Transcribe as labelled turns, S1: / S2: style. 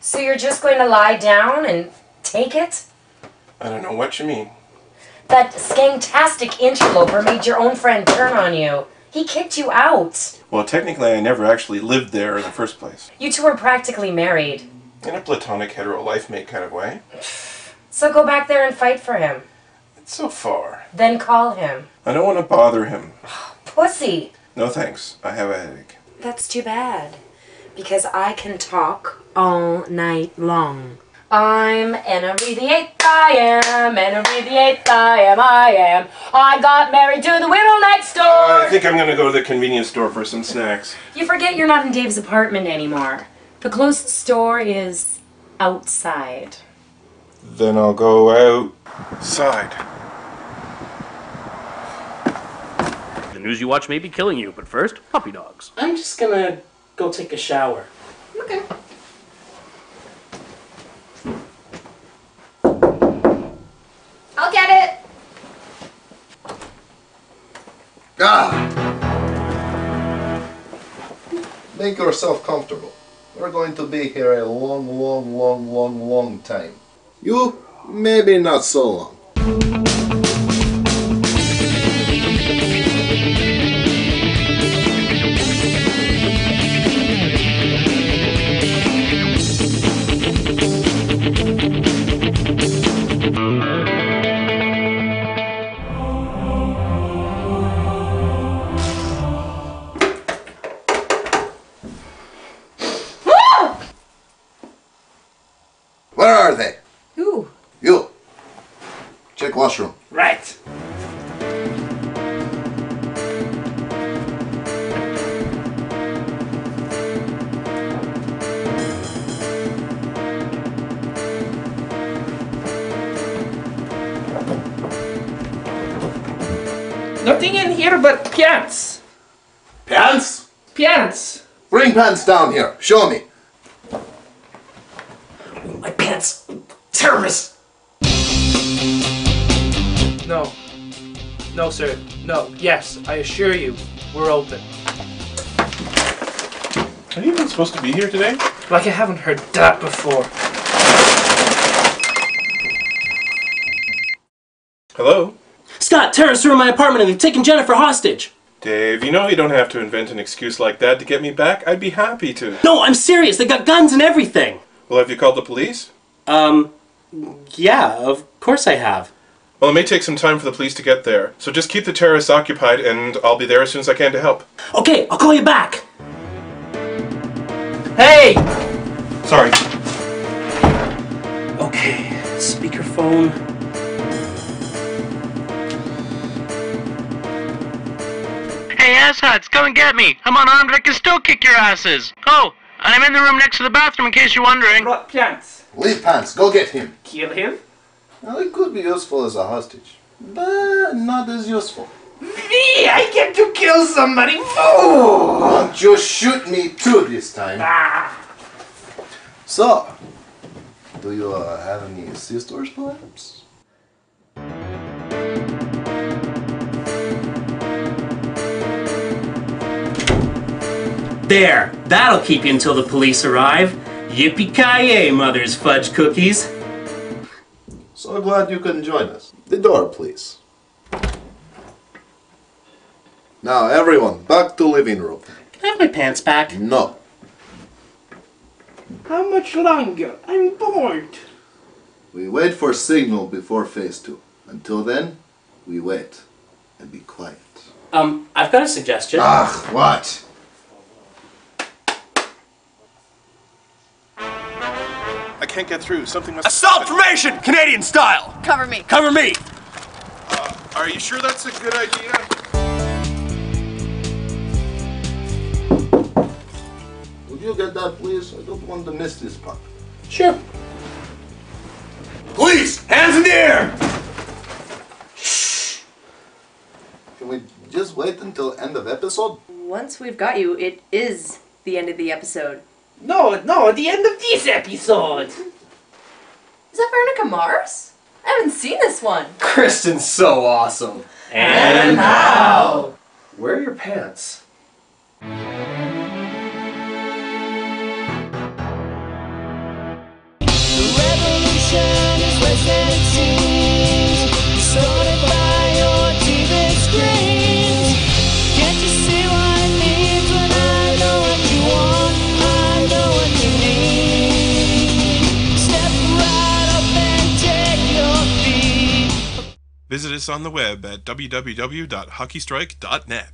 S1: So you're just going to lie down and take it?
S2: I don't know what you mean.
S1: That skantastic interloper made your own friend turn on you. He kicked you out.
S2: Well, technically, I never actually lived there in the first place.
S1: You two are practically married.
S2: In a platonic hetero life mate kind of way.
S1: So go back there and fight for him.
S2: It's so far.
S1: Then call him.
S2: I don't want to bother him.
S1: Pussy.
S2: No thanks. I have a headache.
S1: That's too bad. Because I can talk all night long. I'm Ennery the Eighth, I am. Ennery the Eighth, I am, I am. I got married to the widow next door.
S2: I think I'm gonna go to the convenience store for some snacks.
S1: You forget you're not in Dave's apartment anymore. The closest store is outside.
S2: Then I'll go outside.
S3: The news you watch may be killing you, but first, puppy dogs.
S4: I'm just gonna go take a shower.
S1: Okay.
S5: I'll get it.
S6: God! Make yourself comfortable. We're going to be here a long, long, long, long, long time. You, maybe not so long. Where are they?
S1: Ooh.
S6: You! Check washroom.
S4: Right. Nothing in here but pants.
S6: Pants?
S4: Pants.
S6: Bring pants down here. Show me.
S4: My pants. Terrorists. No. No, sir. No. Yes, I assure you, we're open.
S2: Are you even supposed to be here today?
S4: Like I haven't heard that before.
S2: Hello?
S7: Scott, terrorists are in my apartment and they've taken Jennifer hostage.
S2: Dave, you know you don't have to invent an excuse like that to get me back. I'd be happy to.
S7: No, I'm serious. They got guns and everything.
S2: Well, have you called the police?
S7: Um, yeah, of course I have.
S2: Well, it may take some time for the police to get there, so just keep the terrorists occupied and I'll be there as soon as I can to help.
S7: Okay, I'll call you back.
S4: Hey!
S2: Sorry.
S7: Okay, speakerphone.
S3: Hey, asshots, come and get me! I'm unarmed, I can still kick your asses! Oh, and I'm in the room next to the bathroom in case you're wondering.
S4: Brought pants.
S6: Leave pants. Go get him.
S4: Kill him?
S6: Now, he could be useful as a hostage, but not as useful.
S4: Me! I get to kill somebody! Move!
S6: Don't you shoot me too this time. So, do you uh, have any sisters, perhaps?
S7: There, that'll keep you until the police arrive. Yippee ki mother's fudge cookies.
S6: So glad you can join us. The door, please. Now, everyone, back to living room.
S7: Can I have my pants back?
S6: No.
S4: How much longer? I'm bored.
S6: We wait for signal before phase two. Until then, we wait and be quiet.
S7: Um, I've got a suggestion.
S6: Ah, what?
S2: I can't get through. Something must
S8: Assault formation, Canadian style.
S5: Cover me.
S8: Cover me.
S2: Are you sure that's a good idea?
S6: Would you get that, please? I don't want to miss this part.
S4: Sure.
S8: Police, hands in the air.
S6: Can we just wait until end of episode?
S5: Once we've got you, it is the end of the episode.
S4: No, no, at the end of this episode!
S5: Is that Veronica Mars? I haven't seen this one.
S8: Kristen's so awesome.
S7: And
S8: Where are your pants?
S2: Visit us on the web at www.hockeystrike.net.